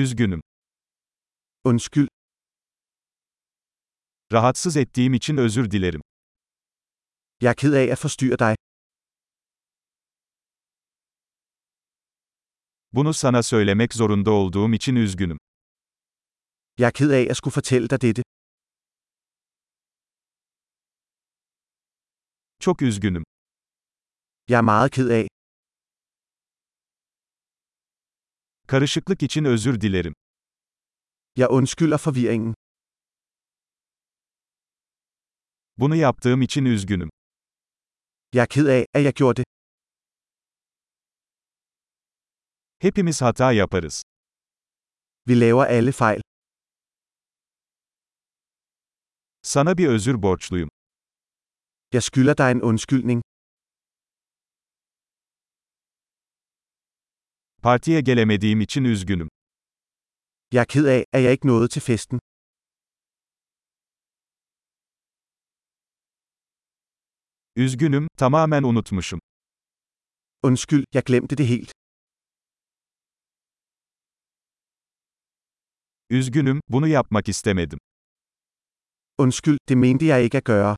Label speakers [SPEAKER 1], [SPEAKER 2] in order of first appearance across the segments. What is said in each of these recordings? [SPEAKER 1] Üzgünüm.
[SPEAKER 2] Undskyld,
[SPEAKER 1] Rahatsız ettiğim için özür dilerim.
[SPEAKER 2] jeg er ked af at forstyrre dig.
[SPEAKER 1] Bunu sana söylemek zorunda olduğum için üzgünüm.
[SPEAKER 2] Jeg er ked af at skulle fortælle dig dette.
[SPEAKER 1] Çok üzgünüm.
[SPEAKER 2] Jeg er meget ked af.
[SPEAKER 1] Karışıklık için özür dilerim.
[SPEAKER 2] Jeg undskylder forvirringen.
[SPEAKER 1] Bunu yaptığım için üzgünüm.
[SPEAKER 2] Jeg er ked af, at jeg gjorde det.
[SPEAKER 1] Hepimiz hata yaparız.
[SPEAKER 2] Vi laver alle fejl.
[SPEAKER 1] Sana bir özür borçluyum.
[SPEAKER 2] Jeg skylder dig en undskyldning.
[SPEAKER 1] Partiye gelemediğim için üzgünüm.
[SPEAKER 2] Jeg er ked af, at jeg ikke nåede til festen.
[SPEAKER 1] Üzgünüm, tamamen unutmuşum.
[SPEAKER 2] Undskyld, jeg glemte det helt.
[SPEAKER 1] Üzgünüm, bunu yapmak istemedim.
[SPEAKER 2] Undskyld, det mente jeg ikke at gøre.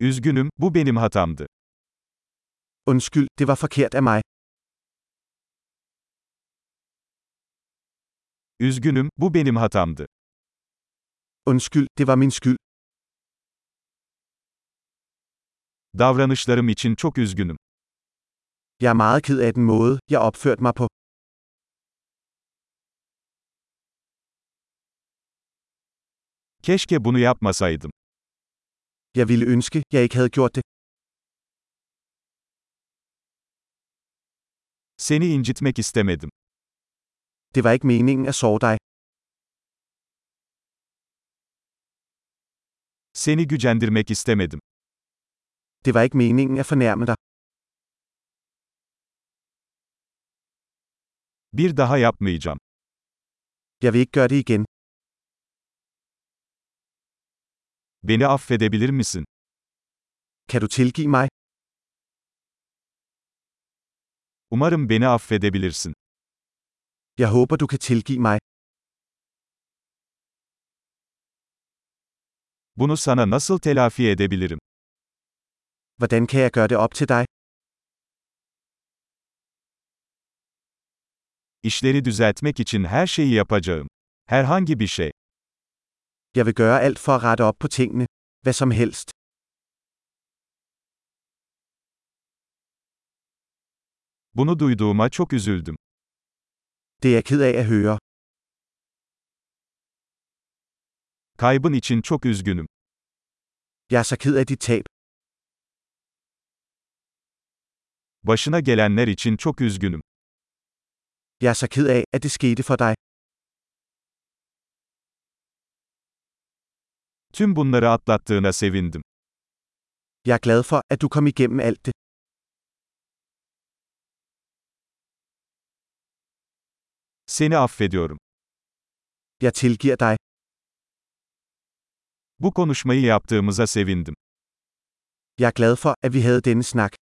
[SPEAKER 1] Üzgünüm, bu benim hatamdı.
[SPEAKER 2] Undskyld, det var forkert af mig.
[SPEAKER 1] Üzgünüm, bu benim hatamdı.
[SPEAKER 2] Undskyld, det var min skyld.
[SPEAKER 1] Davranışlarım için çok üzgünüm.
[SPEAKER 2] Jeg er meget ked af den måde, jeg opførte mig på.
[SPEAKER 1] Keşke bunu yapmasaydım.
[SPEAKER 2] Jeg ville ønske, jeg ikke havde gjort det.
[SPEAKER 1] Seni incitmek istemedim.
[SPEAKER 2] Det var ikke meningen at sove dig.
[SPEAKER 1] Seni gücendirmek istemedim.
[SPEAKER 2] Det var ikke meningen at fornærme dig.
[SPEAKER 1] Bir daha yapmayacağım.
[SPEAKER 2] Jeg vil ikke gøre det igen.
[SPEAKER 1] Beni affedebilir misin?
[SPEAKER 2] Kan du tilgive mig?
[SPEAKER 1] Umarım beni affedebilirsin.
[SPEAKER 2] Jeg håber, du kan tilgive mig.
[SPEAKER 1] Bunu sana nasıl telafi edebilirim?
[SPEAKER 2] Hvordan kan jeg gøre det op til dig?
[SPEAKER 1] İşleri düzeltmek için her şeyi yapacağım. Herhangi bir şey.
[SPEAKER 2] Jeg vil gøre alt for at rette op på tingene. Hvad som helst.
[SPEAKER 1] Bunu duyduğuma çok üzüldüm.
[SPEAKER 2] Det er jeg ked af at høre.
[SPEAKER 1] Kaybın için çok üzgünüm.
[SPEAKER 2] Jeg er så ked af dit tab.
[SPEAKER 1] Başına gelenler için çok üzgünüm.
[SPEAKER 2] Jeg er så ked af, at det skete for dig.
[SPEAKER 1] Tüm bunları atlattığına sevindim.
[SPEAKER 2] Jeg er glad for, at du kom igennem alt det.
[SPEAKER 1] Seni affediyorum.
[SPEAKER 2] Jeg tilgiver dig.
[SPEAKER 1] Bu konuşmayı yaptığımıza sevindim.
[SPEAKER 2] Jeg er glad for, at vi havde denne snak.